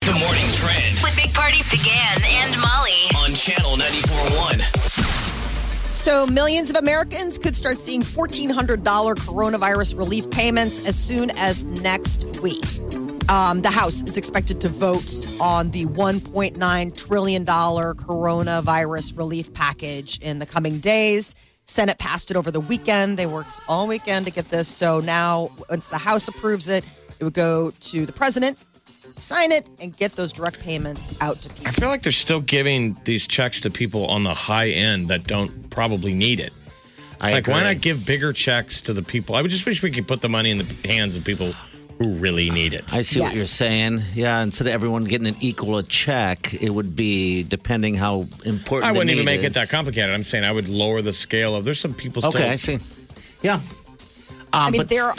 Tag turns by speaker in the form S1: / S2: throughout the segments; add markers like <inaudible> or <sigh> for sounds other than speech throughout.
S1: The morning trend
S2: with Big Party began and Molly.
S1: on channel 94.1.
S3: So, millions of Americans could start seeing $1,400 coronavirus relief payments as soon as next week. Um, the House is expected to vote on the $1.9 trillion coronavirus relief package in the coming days. Senate passed it over the weekend. They worked all weekend to get this. So now, once the House approves it, it would go to the president, sign it, and get those direct payments out to people.
S4: I feel like they're still giving these checks to people on the high end that don't probably need it. It's like, why not give bigger checks to the people? I would just wish we could put the money in the hands of people who really need it.
S5: I see what you're
S3: Yes.
S5: saying. Yeah, instead of everyone getting an equal a check, it would be depending how important.
S4: I
S5: the
S4: wouldn't even
S5: need
S4: make
S5: is.
S4: it that complicated. I'm saying I would lower the scale of. There's some people still.
S5: Okay, I see. Yeah, um,
S3: I mean,
S5: but
S3: there,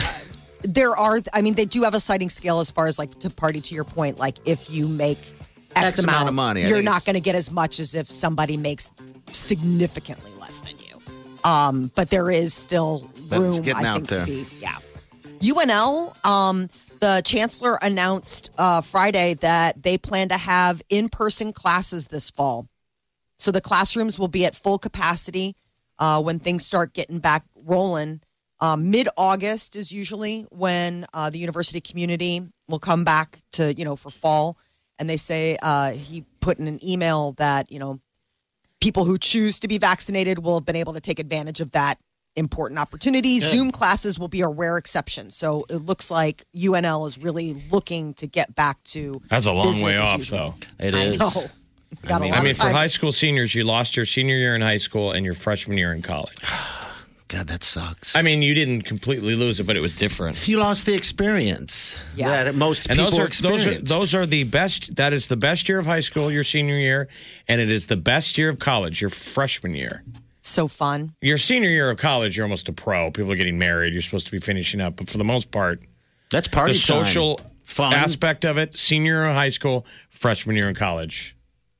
S3: there are. I mean, they do have a sliding scale as far as like to party to your point. Like if you make X,
S5: X amount of money, I
S3: you're
S5: think
S3: not
S5: it's-
S3: going to get as much as if somebody makes significantly less than you. Um, but there is still
S5: But
S3: room.
S5: it's getting
S3: I
S5: out
S3: think to
S5: there.
S3: be yeah. UNL, um, the chancellor announced uh, Friday that they plan to have in-person classes this fall. So the classrooms will be at full capacity uh, when things start getting back rolling. Um, Mid August is usually when uh, the university community will come back to, you know, for fall. And they say uh, he put in an email that, you know, people who choose to be vaccinated will have been able to take advantage of that important opportunity. Zoom classes will be a rare exception. So it looks like UNL is really looking to get back to.
S4: That's a long way
S3: business as
S4: off,
S3: usual.
S4: though.
S5: it
S3: I
S5: is.
S3: know. Got a lot
S4: I mean,
S3: of
S4: for
S3: time.
S4: high school seniors, you lost your senior year in high school and your freshman year in college.
S5: God, that sucks.
S4: I mean, you didn't completely lose it, but it was different.
S5: you lost the experience
S3: Yeah.
S5: that most
S4: And
S5: people
S4: those are those are
S5: experience.
S4: those are the best. That is the best year of high school, your senior year, and it is the best year of college, your freshman year.
S3: So fun.
S4: Your senior year of college, you're almost a pro. People are getting married. You're supposed to be finishing up, but for the most part,
S5: That's party
S4: the
S5: time.
S4: social
S5: fun.
S4: aspect of it, senior year of high school, freshman year in college.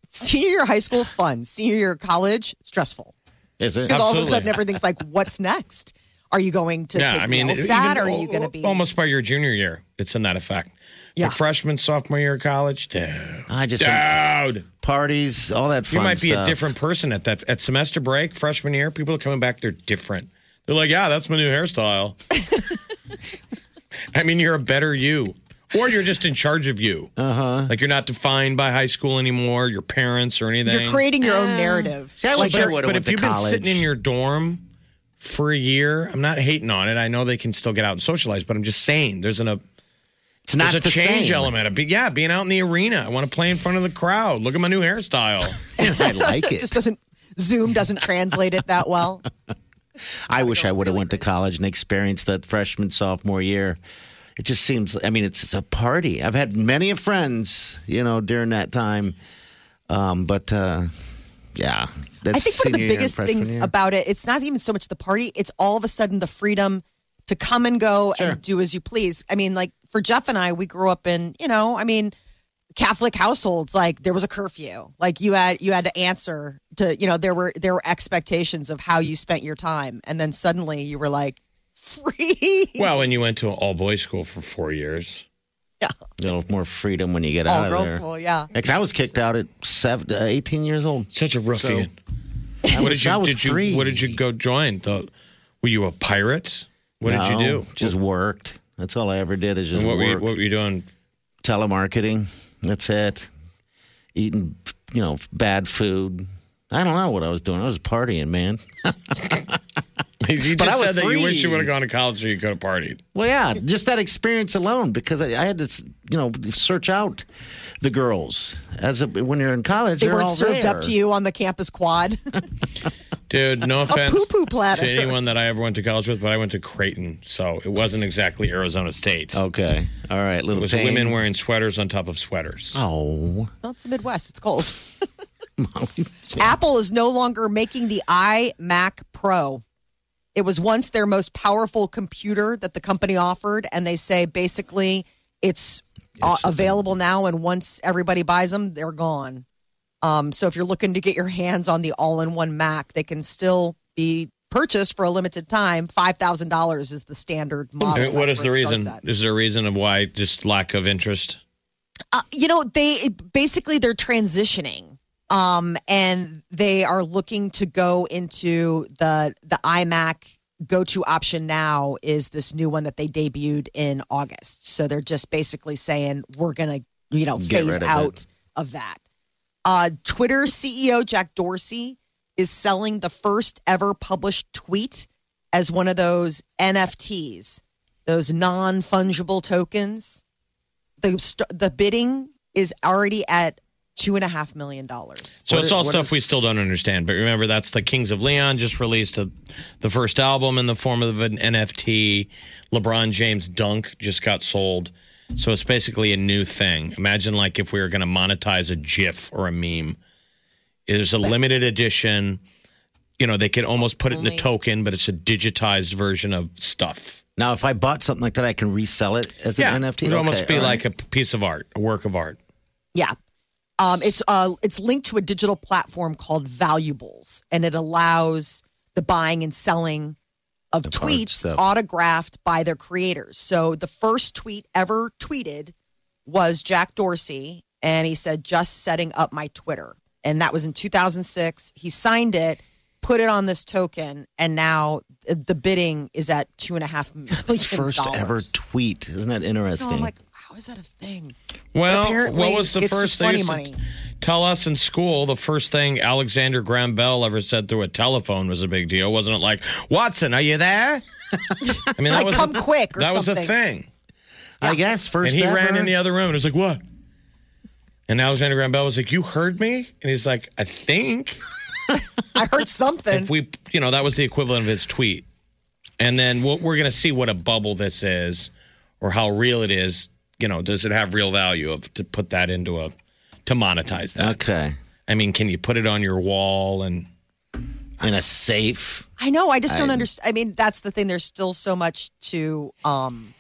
S3: senior year of high school fun senior year of college stressful
S5: is it?
S3: because all of a
S4: Absolutely.
S3: sudden everything's like what's next are you going to
S4: Yeah,
S3: take
S4: I mean,
S3: meals
S4: even
S3: sad or are
S4: al-
S3: you going to be
S4: almost by your junior year? It's in that effect.
S3: Yeah.
S4: Your freshman, sophomore year of college, dude,
S5: I just
S4: dude.
S5: parties, all that fun
S4: you might be a
S5: stuff.
S4: different person at that at semester break freshman year people are coming back they're different they're like yeah that's my new
S5: <laughs>
S4: hairstyle i mean you're a better you or you're just in charge of you uh-huh like you're not defined by high school anymore your parents or anything
S3: you're creating your own narrative
S5: See, I
S3: like
S5: wish I
S3: you're-
S5: would've
S4: but
S5: went
S4: if
S5: to
S4: you've been
S5: college.
S4: sitting in your dorm for a year i'm not hating on it i know they can still get out and socialize but i'm just saying there's an a
S5: it's not
S4: there's a
S5: the
S4: change
S5: same.
S4: element of, yeah being out in the arena i want to play in front of the crowd look at my new hairstyle
S5: <laughs> I like
S3: <laughs>
S5: it.
S3: just doesn't zoom doesn't translate it that well
S5: I wish I would have went to college and experienced that freshman sophomore year. It just seems. I mean, it's, it's a party. I've had many of friends, you know, during that time. Um, but uh, yeah,
S3: i think one
S5: that's
S3: of
S5: senior
S3: the
S5: year and
S3: biggest
S5: freshman
S3: things
S5: year.
S3: about it it's not even so much the party it's all of a sudden the freedom to come and go and do as you please i mean like for jeff and i we grew up in you know i mean Catholic households, like there was a curfew, like you had you had to answer to you know there were there were expectations of how you spent your time, and then suddenly you were like <laughs> free.
S4: well and you went to an all-boys school for four years
S5: a little more freedom when you get out
S3: All
S5: of
S3: girls
S5: there.
S3: school, yeah.
S5: Because I was kicked out at seven, uh, 18 years old.
S4: Such a ruffian.
S5: I
S4: what
S5: was-
S4: did you
S5: I was
S4: did you
S5: free.
S4: what did you go join? The, were you a pirate? What did you
S5: No,
S4: do?
S5: Just worked. That's all I ever did is just
S4: what were you,
S5: work.
S4: what were you doing? <laughs>
S5: telemarketing. That's it. Eating, you know, bad food. I don't know what I was doing. I was partying, man.
S4: You just
S5: But I was
S4: said that you wish you
S5: free.
S4: would have gone to college so you could have partied.
S5: Well, yeah, just that experience alone, because I, I had to, you know, search out the girls as a, when you're in college.
S3: They
S5: they're
S3: weren't
S5: all
S3: served <laughs>
S5: there.
S3: up to you on the campus quad.
S4: Dude,
S5: <laughs>
S4: no offense
S3: poo-poo platter.
S4: to anyone that I ever went to college with, but I went to Creighton, so it wasn't exactly Arizona State.
S5: Okay. All right. Little
S4: it was
S5: Pain.
S4: women wearing sweaters on top of sweaters.
S5: Oh,
S3: Well, it's the Midwest. It's cold. <laughs> Apple is no longer making the iMac Pro. It was once their most powerful computer that the company offered, and they say basically it's, uh, available now. And once everybody buys them, they're gone. Um, so if you're looking to get your hands on the all-in-one Mac, they can still be purchased for a limited time. Five thousand dollars is the standard model.
S4: I mean, what
S3: That's
S4: is the
S3: where it starts
S4: reason?
S3: at.
S4: Is there a reason of why just lack of interest?
S3: Uh, you know, they basically they're transitioning, um, and they are looking to go into the the iMac go-to option now is this new one that they debuted in August. So they're just basically saying we're gonna you know
S5: Get
S3: phase
S5: rid of
S3: out of that. Uh, Twitter CEO Jack Dorsey is selling the first ever published tweet as one of those NFTs, those non fungible tokens the st- the bidding is already at two and a half million dollars.
S4: So
S5: What
S4: it's
S5: i-
S4: all
S5: what
S4: stuff we
S5: is-
S4: still don't understand. But remember, that's the Kings of Leon just released a, the first album in the form of an NFT. LeBron James Dunk just got sold. So it's basically a new thing. Imagine like if we were going to monetize a GIF or a meme. There's a limited edition. You know, they could almost put it in a
S3: only-
S4: token, but it's a digitized version of stuff.
S5: now if I bought something like that, I can resell it as an NFT.
S4: it would almost
S5: Okay,
S4: be
S5: all
S4: like
S5: right.
S4: a piece of art, a work of art.
S3: Yeah. Um, it's uh, it's linked to a digital platform called Valuables, and it allows the buying and selling of
S5: Of art
S3: tweets
S5: stuff.
S3: autographed by their creators. So the first tweet ever tweeted was Jack Dorsey, and he said, "Just setting up my Twitter," and that was in 2006. He signed it, put it on this token, and now uh, the bidding is at two and a half <laughs> million.
S5: first ever
S3: dollars.
S5: tweet. Isn't that
S3: No,
S5: interesting?
S3: I'm like, how is that a thing?
S4: Well,
S3: Apparently,
S4: what was the
S3: it's
S4: first
S3: just
S4: thing?
S3: funny
S4: used to
S3: money.
S4: Tell us in school the first thing Alexander Graham Bell ever said through a telephone was a big deal, wasn't it? Like Watson, are you there? I mean, that
S3: Like,
S4: was
S3: come
S4: a,
S3: quick or
S4: that was a
S3: something.
S4: thing,
S5: I guess
S4: and
S5: first.
S4: he
S5: ever.
S4: ran in the other room and was like, "What?" And Alexander Graham Bell was like, "You heard me?" And he's like, "I think."
S3: I heard something.
S4: if we, you know, that was the equivalent of his tweet. And then we'll, we're going to see what a bubble this is or how real it is. You know, does it have real value of to put that into a, to monetize that?
S5: Okay.
S4: I mean, can you put it on your wall? And
S5: In a safe.
S3: I know. I just don't
S5: I-
S3: understand. I mean, that's the thing. There's still so much to um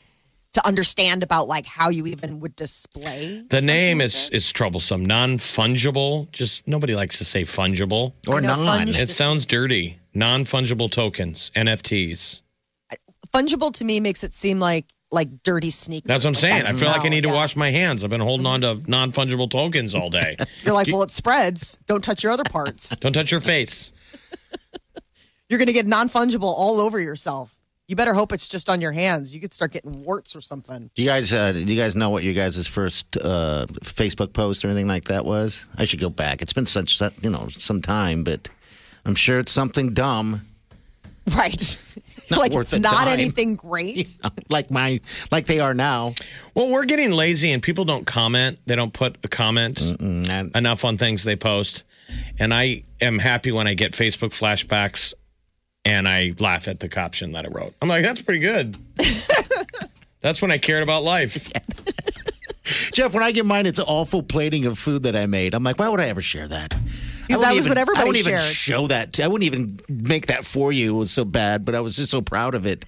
S3: to understand about like how you even would display.
S4: the name is, is troublesome. Non fungible. Just nobody likes to say fungible.
S5: Or
S3: I know,
S5: non.
S3: funged-
S4: It
S3: <laughs>
S4: sounds dirty. Non fungible tokens, NFTs.
S3: Fungible to me makes it seem like like dirty sneakers.
S4: That's what I'm saying. I
S3: that
S4: feel like I
S3: smell,
S4: need to
S3: yeah.
S4: wash my hands. I've been holding on to non fungible tokens all
S3: <laughs>
S4: day.
S3: You're like, well, it spreads. Don't touch your other
S4: <laughs>
S3: parts.
S4: Don't touch your face.
S3: You're gonna get non fungible all over yourself. You better hope it's just on your hands. You could start getting warts or something.
S5: Do you guys? Uh, do you guys know what your guys' first uh, Facebook post or anything like that was? I should go back. It's been such that you know some time, but I'm sure it's something dumb. <laughs>
S3: Right.
S5: Not
S3: like
S5: worth the
S3: not
S5: time.
S3: anything great.
S5: like my like they are now.
S4: Well, we're getting lazy and people don't comment. They don't put a comment
S5: And
S4: enough on things they post. And I am happy when I get Facebook flashbacks and I laugh at the caption that I wrote. I'm like, that's pretty
S3: <laughs>
S4: good. that's when I cared about life.
S5: Jeff, when I get mine, it's an awful plating of food that I made. I'm like, why would I ever share that? I
S3: Because
S5: wouldn't
S3: that was
S5: even-
S3: what everybody
S5: I wouldn't even
S3: shared.
S5: <laughs> show that. I wouldn't even make that for you. It was so bad, but I was just so proud of it.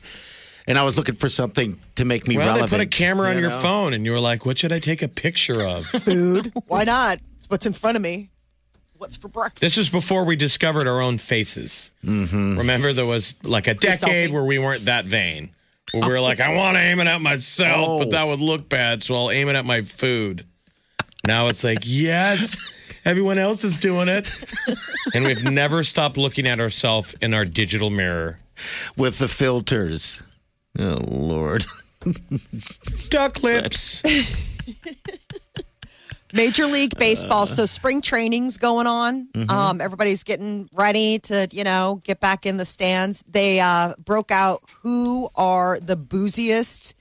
S5: And I was looking for something to make me
S4: Well,
S5: relevant.
S4: they put a camera on
S5: you
S4: your
S5: know?
S4: phone and you were like, what should I take a picture of?
S3: <laughs> Food. Why not? It's what's in front of me. What's for breakfast?
S4: this is before we discovered our own faces. Remember, there was like a decade
S3: selfie.
S4: where we weren't that vain. Where we were like, I want to aim it at myself, but
S5: Oh.
S4: that would look bad, so I'll aim it at my food. Now it's like, yes, everyone else is doing it. And we've never stopped looking at ourselves in our digital mirror.
S5: with the filters. Oh Lord! <laughs>
S4: Duck lips.
S3: Major League Baseball.
S5: Uh.
S3: so spring training's going on.
S5: Mm-hmm.
S3: Um, everybody's getting ready to, you know, get back in the stands. They uh, broke out who are the booziest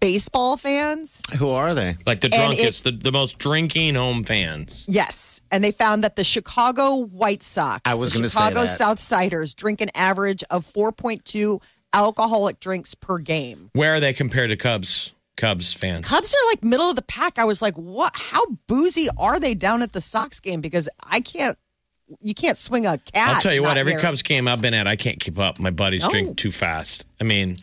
S3: baseball fans.
S5: Who are they?
S4: Like the
S3: And
S4: drunkest, the, the most drinking home fans.
S3: Yes, and they found that the Chicago White Sox,
S5: I was
S3: the
S5: gonna say
S3: Chicago
S5: that.
S3: South Siders, drink an average of 4.2 alcoholic drinks per game.
S4: Where are they compared to Cubs? Cubs fans.
S3: Cubs are like middle of the pack. I was like, what? How boozy are they down at the Sox game? Because I can't, you can't swing a cat.
S4: I'll tell you what,
S3: not
S4: every
S3: here.
S4: Cubs game I've been at, I can't keep up. My buddies
S3: No.
S4: drink too fast. I mean,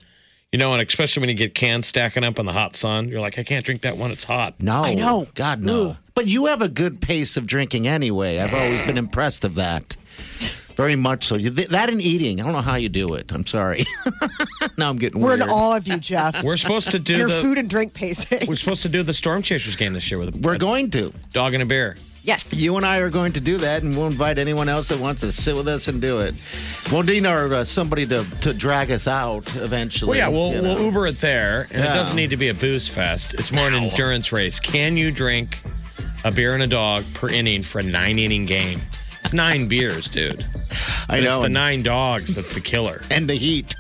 S4: you know, and especially when you get cans stacking up in the hot sun, you're like, I can't drink that one. It's hot.
S5: No.
S3: I know.
S5: God, no. But you have a good pace of drinking anyway. I've always been impressed of that. Very much so. You- th- That and eating. I don't know how you do it. I'm sorry. <laughs> now I'm getting
S3: We're in
S5: weird.
S3: all of you, Jeff.
S4: <laughs> We're supposed to do
S3: <laughs> Your
S4: the
S3: food and drink pacing.
S4: we're supposed to do the Storm Chasers game this year with a
S5: We're going to.
S4: dog and a beer.
S3: <laughs> yes.
S5: You and I are going to do that, and we'll invite anyone else that wants to sit with us and do it. We'll need our uh, somebody to, to drag us out eventually.
S4: Well, yeah, we'll,
S5: you
S4: we'll
S5: know.
S4: Uber it there, and it
S5: Yeah.
S4: doesn't need to be a booze fest. It's more an endurance race. Can you drink a beer and a dog per inning for a nine inning game? It's nine beers, dude.
S5: I
S4: It's
S5: know.
S4: the
S5: and-
S4: nine dogs that's the killer.
S5: and the heat.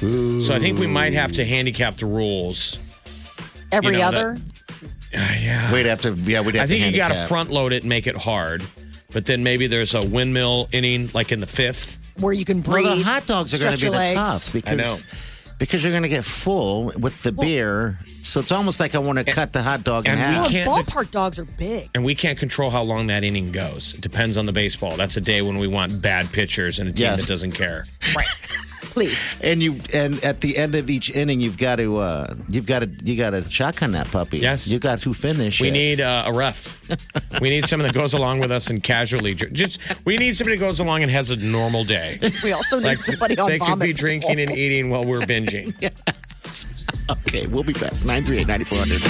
S4: So I think we might have to handicap the rules.
S3: Every
S4: you know, that-
S3: other.
S4: yeah.
S5: We'd have to. Yeah, we'd have
S4: I think
S5: to
S4: you got to
S5: handicap.
S4: front load it and make it hard, but then maybe there's a windmill inning like in the fifth.
S3: Where you can breathe.
S5: Well, the hot dogs are going
S3: stretch
S5: to be
S3: your
S5: the
S3: legs.
S5: top because because you're going to get full with the beer. So it's almost like I want to cut the hot dog in
S4: and we
S5: half.
S3: Well,
S4: can't-
S3: ballpark dogs are
S4: <laughs>
S3: big.
S4: And we can't control how long that inning goes. It depends on the baseball. That's a day when we want bad pitchers and a team
S5: Yes.
S4: that doesn't care.
S3: Please.
S5: and you and at the end of each inning, you've got to uh, you've got to you got to shotgun that puppy.
S4: Yes.
S5: you got to finish.
S4: We
S5: it.
S4: need uh, a ref. we need someone that goes along with us and casually dr- just. We need somebody that goes along and has a normal day.
S3: We also need somebody on
S4: they
S3: vomit.
S4: could be drinking and eating while we're binging.
S5: Okay, we'll be back. Nine three eight ninety four hundred.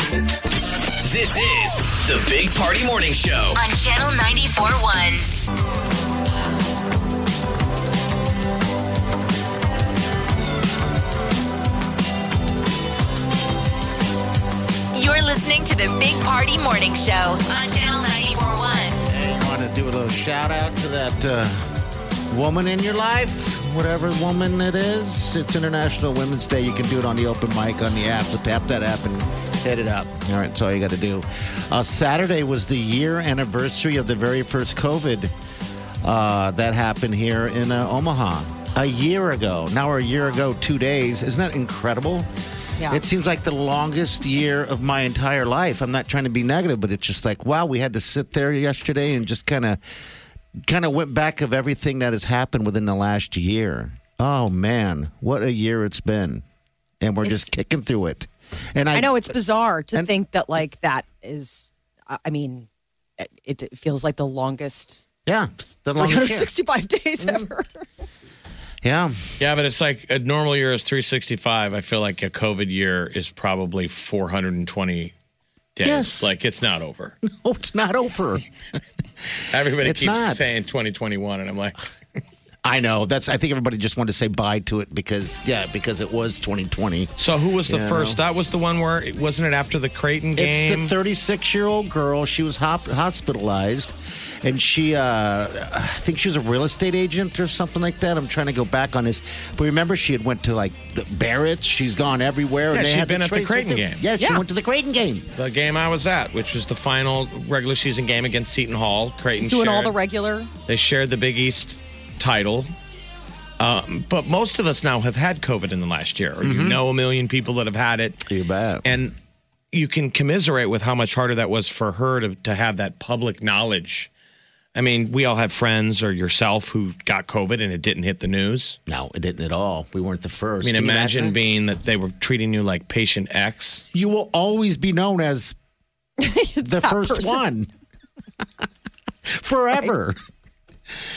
S1: This is the Big Party Morning Show.
S2: on Channel 941. You're listening to the Big Party Morning Show on Channel 941.
S5: Hey, you want to do a little shout out to that uh, woman in your life, whatever woman it is. It's International Women's Day. You can do it on the open mic on the app. So tap that app and hit it up. All right, that's all you got to do. Uh, Saturday was the year anniversary of the very first COVID uh, that happened here in uh, Omaha a year ago. Now we're a year ago, two days. Isn't that incredible?
S3: Yeah.
S5: It seems like the longest year of my entire life. I'm not trying to be negative, but it's just like, wow, we had to sit there yesterday and just kind of kind of went back of everything that has happened within the last year. Oh man, what a year it's been. And we're just kicking through it. And I,
S3: I know it's bizarre to
S5: And-
S3: think that like that is. I I mean, it, it feels like the longest
S5: yeah, the longest year.
S3: 365 days
S4: Mm-hmm.
S3: ever.
S5: Yeah.
S4: Yeah, but it's like a normal year is 365. I feel like a COVID year is probably 420 days.
S5: Yes.
S4: Like it's not over.
S5: Oh, it's not over.
S4: Everybody
S5: It's
S4: keeps
S5: not.
S4: saying 2021, and I'm like,
S5: I know. That's I think everybody just wanted to say bye to it because yeah, because it was 2020.
S4: so who was the
S5: Yeah.
S4: first? That was the one where wasn't it after the Creighton
S5: It's
S4: game?
S5: the 36 year old girl. She was hop- hospitalized, and she, uh, I think she was a real estate agent or something like that. I'm trying to go back on this, but remember she had went to like the Barrett's. She's gone everywhere.
S4: Yeah,
S5: and they
S4: she'd
S5: had to
S4: been at the
S5: trace her
S4: Creighton
S5: through.
S4: game.
S5: Yeah, she
S3: Yeah.
S5: went to the Creighton game.
S4: the game I was at, which was the final regular season game against Seton Hall. Creighton
S3: Doing all
S4: shared,
S3: the regular.
S4: they shared the Big East title. Um, but most of us now have had COVID in the last year, or you know a million people that have had it.
S5: Mm-hmm. You bet.
S4: and you can commiserate with how much harder that was for her to, to have that public knowledge. I mean, we all have friends or yourself who got COVID and it didn't hit the news.
S5: no, it didn't at all. We weren't the first.
S4: I mean,
S5: Can you
S4: imagine being that they were treating you like patient X.
S5: You will always be known as the first one forever.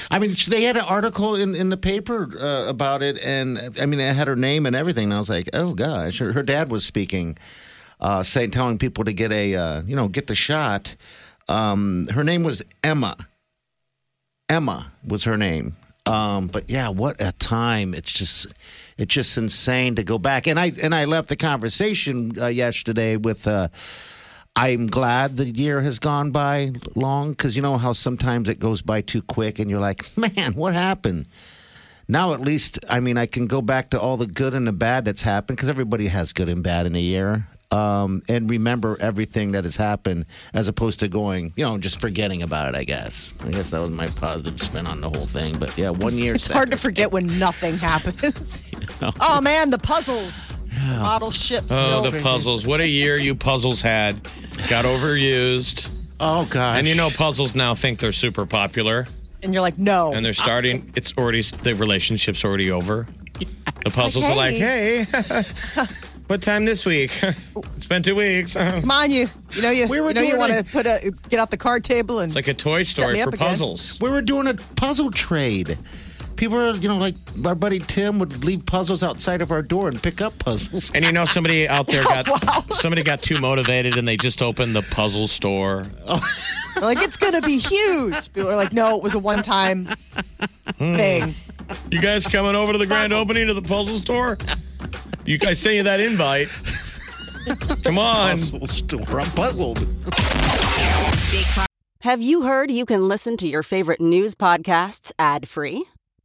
S5: I mean, they had an article in, in the paper uh, about it, and I mean, it had her name and everything. And I was like, oh gosh, her, her dad was speaking, uh, saying, telling people to get a, uh, you know, get the shot. Um, her name was Emma. Emma was her name. Um, but yeah, what a time! It's just, it's just insane to go back. And I and I left the conversation uh, yesterday with. Uh, I'm glad the year has gone by long because you know how sometimes it goes by too quick, and you're like, man, what happened? Now at least, I mean, I can go back to all the good and the bad that's happened because everybody has good and bad in a year. um, and remember everything that has happened as opposed to going, you know, just forgetting about it, I guess. I guess that was my positive spin on the whole thing. But yeah, one year.
S3: It's hard to forget when
S4: <laughs>
S3: nothing happens. oh man, the puzzles, model ships.
S4: Oh, the
S3: building.
S4: puzzles. What a year you puzzles had. Got overused.
S5: Oh, gosh.
S4: And you know, puzzles now think they're super popular
S3: And you're like, no.
S4: and they're starting, it's already, the relationship's already over. The puzzles are like, hey, <laughs> what time this week? <laughs> it's been two weeks. <laughs> it's
S3: Come on, you. You know you.
S5: We were
S3: you know you
S5: doing
S3: want to
S5: like-
S3: put a get out the card table and
S4: like a toy
S3: Set
S4: story
S3: me
S4: for
S3: up again.
S4: puzzles.
S5: We were doing a puzzle trade. People are, you know, like our buddy Tim would leave puzzles outside of our door and pick up
S4: <laughs>
S5: puzzles.
S4: And you know, somebody out
S3: <laughs>
S4: there got, somebody got too motivated and they just opened the puzzle store.
S3: They're like it's gonna be huge. People are like, no, it was a one time
S4: Hmm.
S3: thing.
S4: You guys coming over to the grand opening of the puzzle store? You guys sent you that invite. Come on.
S5: Puzzle store. I'm puzzled.
S6: Have you heard you can listen to your favorite news podcasts ad free?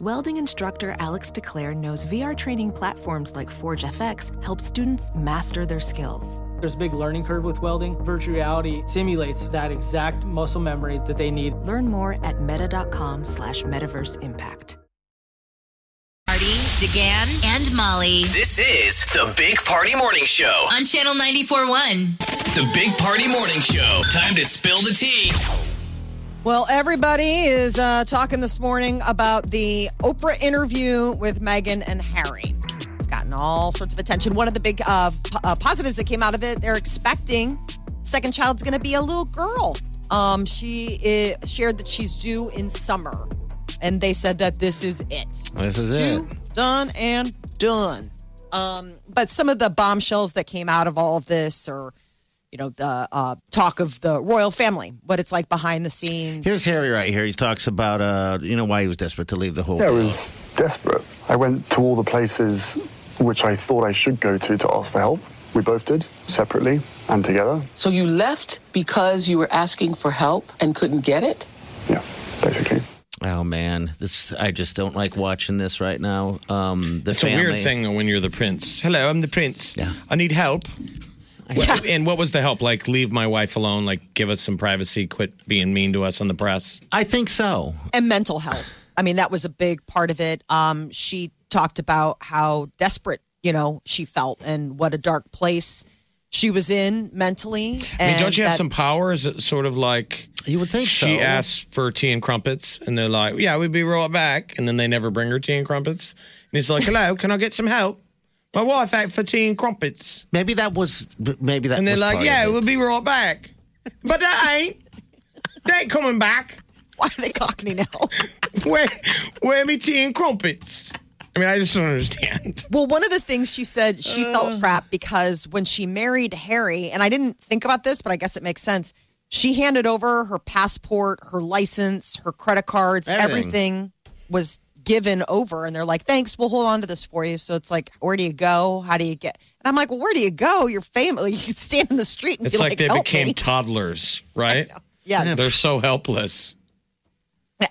S7: Welding instructor Alex DeClaire knows VR training platforms like Forge FX help students master their skills.
S8: There's a big learning curve with welding. Virtual reality simulates that exact muscle memory that they need.
S7: Learn more at meta.com slash metaverse impact.
S2: Party, DeGan, and Molly
S1: This is the Big Party Morning Show.
S2: on Channel 94.1.
S1: The Big Party Morning Show. Time to spill the tea.
S3: Well, everybody is uh, talking this morning about the Oprah interview with Meghan and Harry. It's gotten all sorts of attention. One of the big uh, p- uh, positives that came out of it, they're expecting second child's going to be a little girl. Um, she uh shared that she's due in summer, and they said that this is it.
S5: This is
S3: Two,
S5: it.
S3: done and done. Um, but some of the bombshells that came out of all of this, or you know, the uh, talk of the royal family, what it's like behind the scenes.
S5: Here's Harry right here. He talks about, uh, you know, why he was desperate to leave the whole.
S9: Yeah, I was desperate. I went to all the places which I thought I should go to to ask for help. We both did, separately and together.
S10: So you left because you were asking for help and couldn't get it?
S9: Yeah, basically.
S5: Oh man, this I just don't like watching this right now. Um, the
S4: It's
S5: family.
S4: a weird thing though when you're the prince. Hello, I'm the prince.
S5: Yeah.
S4: I need help. What- And what was the help? Like, leave my wife alone. Like, give us some privacy. Quit being mean to us on the press.
S5: I think so.
S3: and mental health. I mean, that was a big part of it. Um, she talked about how desperate, you know, she felt and what a dark place she was in mentally.
S4: I
S3: And
S4: mean, don't you have
S3: that-
S4: some power? Is it sort of like
S5: You would think so.
S4: she asks for tea and crumpets, and they're like, "Yeah, we'd be right back," and then they never bring her tea and crumpets. And he's like, "Hello, can I get some help? My wife asked for tea and crumpets,"
S5: Maybe that was. Maybe that.
S4: and they're
S5: was
S4: like,
S5: part
S4: "Yeah,
S5: of it.
S4: we'll be right back," but they ain't. They ain't coming back.
S3: <laughs> Why are they cockney now?
S4: Where, where me tea and crumpets? I mean, I just don't understand.
S3: well, one of the things she said she felt crap because when she married Harry, and I didn't think about this, but I guess it makes sense. She handed over her passport, her license, her credit cards,
S5: Everything.
S3: everything was given over and they're like thanks we'll hold on to this for you so it's like where do you go how do you get and i'm like well where do you go your family <laughs> you could stand in the street and
S4: It's
S3: be
S4: like,
S3: like,
S4: they
S3: "Help
S4: became
S3: me."
S4: toddlers, right?
S3: <laughs> yes
S4: They're so helpless.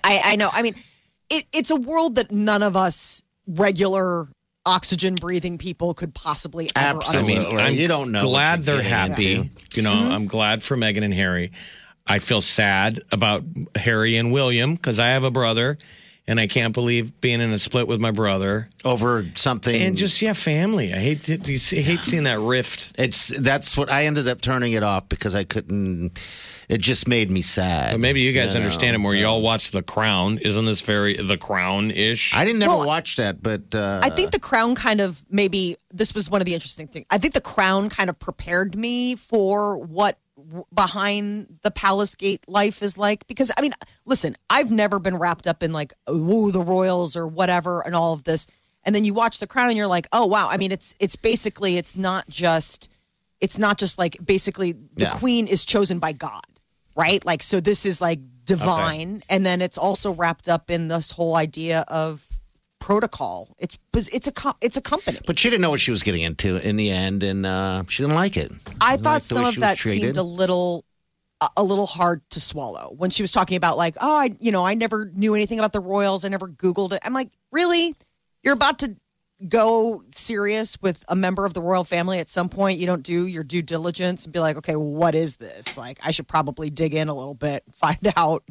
S3: I, I know i mean it, it's a world that none of us regular oxygen breathing people could possibly ever
S5: Absolutely.
S3: understand.
S5: Well, right, uh, you don't know
S4: Glad
S5: what you're
S4: they're happy.
S5: getting
S4: You know, I'm glad for Meghan and Harry. I feel sad about Harry and William because I have a brother, and I can't believe being in a split with my brother.
S5: over something.
S4: And just yeah, family. I hate to, you see- hate seeing that rift.
S5: it's that's what I ended up turning it off because I couldn't. It just made me sad.
S4: But maybe you guys understand it more. Y'all watch The Crown. Isn't this very The Crown ish?
S5: I didn't never
S3: Well,
S5: watch that, but uh,
S3: I think the crown kind of maybe this was one of the interesting things. I think the crown kind of prepared me for what w- behind the palace gate life is like because I mean, listen, I've never been wrapped up in like woo the royals or whatever and all of this. And then you watch the crown and you're like, "Oh wow, I mean it's it's basically it's not just it's not just like basically the
S5: Yeah.
S3: queen is chosen by God, right? Like so this is like divine. And then it's also wrapped up in this whole idea of protocol. It's it's a co- it's a company.
S5: But she didn't know what she was getting into in the end, and uh, she didn't like it.
S3: I thought
S5: Didn't like the way
S3: some of
S5: she was
S3: that seemed
S5: treated.
S3: a little a- a little hard to swallow when she was talking about like, oh, I you know, I never knew anything about the Royals. I never Googled it. I'm like, really? You're about to go serious with a member of the royal family at some point. You don't do your due diligence and be like, okay, what is this? Like, I should probably dig in a little bit, <laughs> find out.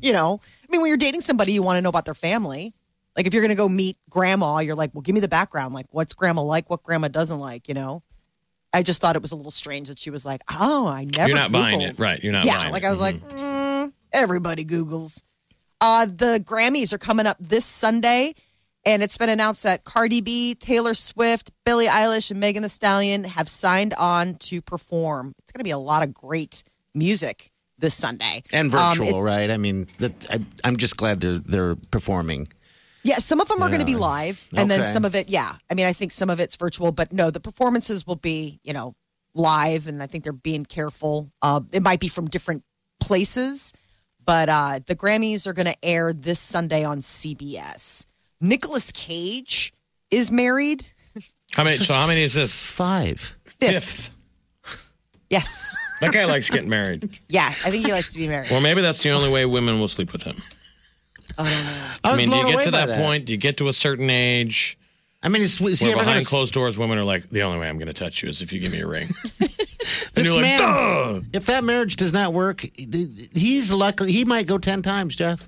S3: you know, I mean, when you're dating somebody, you want to know about their family. Like, if you're going to go meet grandma, you're like, well, give me the background. Like, what's grandma like? What grandma doesn't like? You know. I just thought it was a little strange that she was like, "Oh, I never."
S4: You're not buying
S3: Googled
S4: it, right? You're not
S3: yeah,
S4: buying
S3: like
S4: it. Mm-hmm.
S3: I was like, mm, everybody Googles. Uh, the Grammys are coming up this Sunday, and it's been announced that Cardi B, Taylor Swift, Billie Eilish, and Megan The Stallion have signed on to perform. It's going to be a lot of great music this Sunday
S5: And
S3: Um,
S5: virtual,
S3: it-
S5: right? I mean, that, I, I'm just glad they're they're performing.
S3: Yeah, some of them are going to be
S5: Yeah.
S3: live, and then
S5: Okay.
S3: some of it, yeah. I mean, I think some of it's virtual, but no, the performances will be, you know, live, and I think they're being careful. Uh, it might be from different places, but uh, the Grammys are going to air this Sunday on CBS. Nicolas Cage is married.
S4: How many? So how many is this?
S3: <laughs>
S5: Five.
S4: Fifth.
S3: Yes.
S4: That guy likes getting
S3: <laughs>
S4: married.
S3: Yeah, I think he likes to be married.
S4: Or maybe that's the only way women will sleep with him. I, mean, do you get to that, point? Do you get to a certain age?
S5: I mean, it's is he
S4: where
S5: ever
S4: behind
S5: gonna s-
S4: closed doors, women are like, the only way I'm going to touch you is if you give me a
S3: <laughs>
S4: ring. and
S5: This
S4: you're like,
S5: man,
S4: duh.
S5: if that marriage does not work, th- he's luckily he might go ten times, Jeff.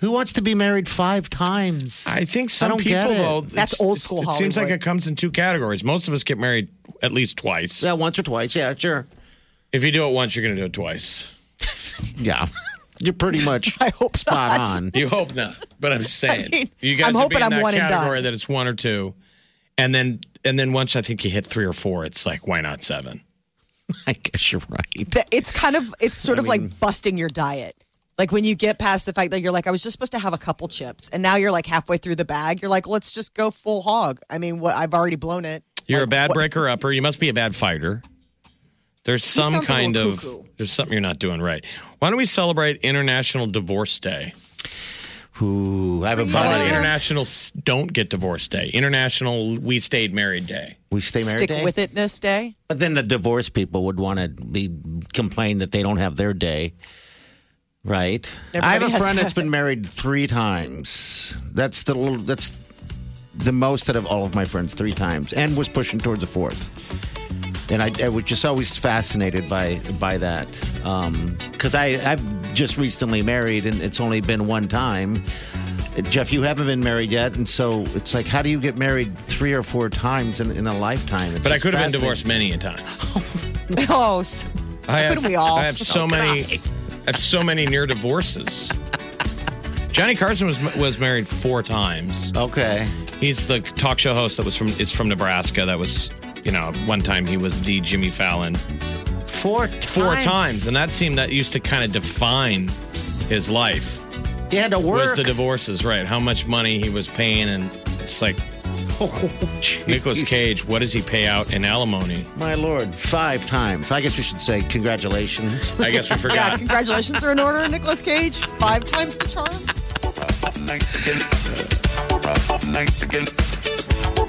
S5: Who wants to be married five times?
S4: I think some
S5: don't
S4: people
S5: get it.
S4: though. it's- It seems like it comes in two categories. Most of us get married at least twice.
S5: Yeah, once or twice. Yeah, sure.
S4: If you do it once, you're going to do it twice.
S5: Yeah.
S3: <laughs>
S5: You're pretty much I hope spot on.
S4: You hope not, but I'm saying
S5: <laughs> I mean,
S4: you guys
S5: I'm
S4: are
S5: hoping
S4: being
S5: I'm
S4: that
S5: one and
S4: category that it's one or two, and then and then once I think you hit three or four, it's like why not seven?
S5: I guess you're right.
S3: Th- It's kind of it's sort
S4: I
S3: of
S4: mean-
S3: like busting your diet. Like when you get past the fact that you're like, I was just supposed to have a couple chips, and now you're like halfway through the bag. You're like, let's just go full hog. I mean, what I've already blown it.
S4: You're a bad breaker upper. You must be a bad fighter. There's some
S3: sounds a
S4: kind
S3: little
S4: of there's something you're not doing right. Why don't we celebrate International Divorce Day?
S5: Who I have a
S4: How about
S5: buddy.
S4: International S- Don't Get Divorced Day? International We Stayed Married Day.
S5: We stay married.
S3: Stick
S5: day?
S3: with itness day.
S5: But then the divorce people would want to be complain that they don't have their day, right? I have
S11: Everybody
S5: a
S11: has
S5: friend
S11: that.
S5: that's been married three times. That's the little- that's the most out of all of my friends, three times, and was pushing towards a fourth. And I, I was just always fascinated by by that because I I've just recently married and it's only been one time. Jeff, you haven't been married yet, and so it's like, how do you get married three or four times in, in a lifetime? It's
S4: But I
S5: just
S4: could have been
S5: fascinating.
S4: divorced many a times.
S3: Oh, so,
S4: I have,
S3: couldn't we all? Oh,
S4: I have so many. I have so many near divorces. Johnny Carson was was married four times.
S5: Okay,
S4: he's the talk show host that was from is from Nebraska. That was you know one time he was the Jimmy Fallon
S5: four times.
S4: four times, and that seemed that used to kind of define his life.
S5: He had to
S4: Was
S5: work.
S4: the divorces right? How much money he was paying, and it's like
S3: Oh,
S4: Nicholas Cage. What does he pay out in alimony?
S5: My lord, five times. I guess we should say congratulations.
S4: I guess
S3: <laughs>
S4: we forgot.
S3: Yeah, congratulations are in order, Nicolas Cage. Five times the charm.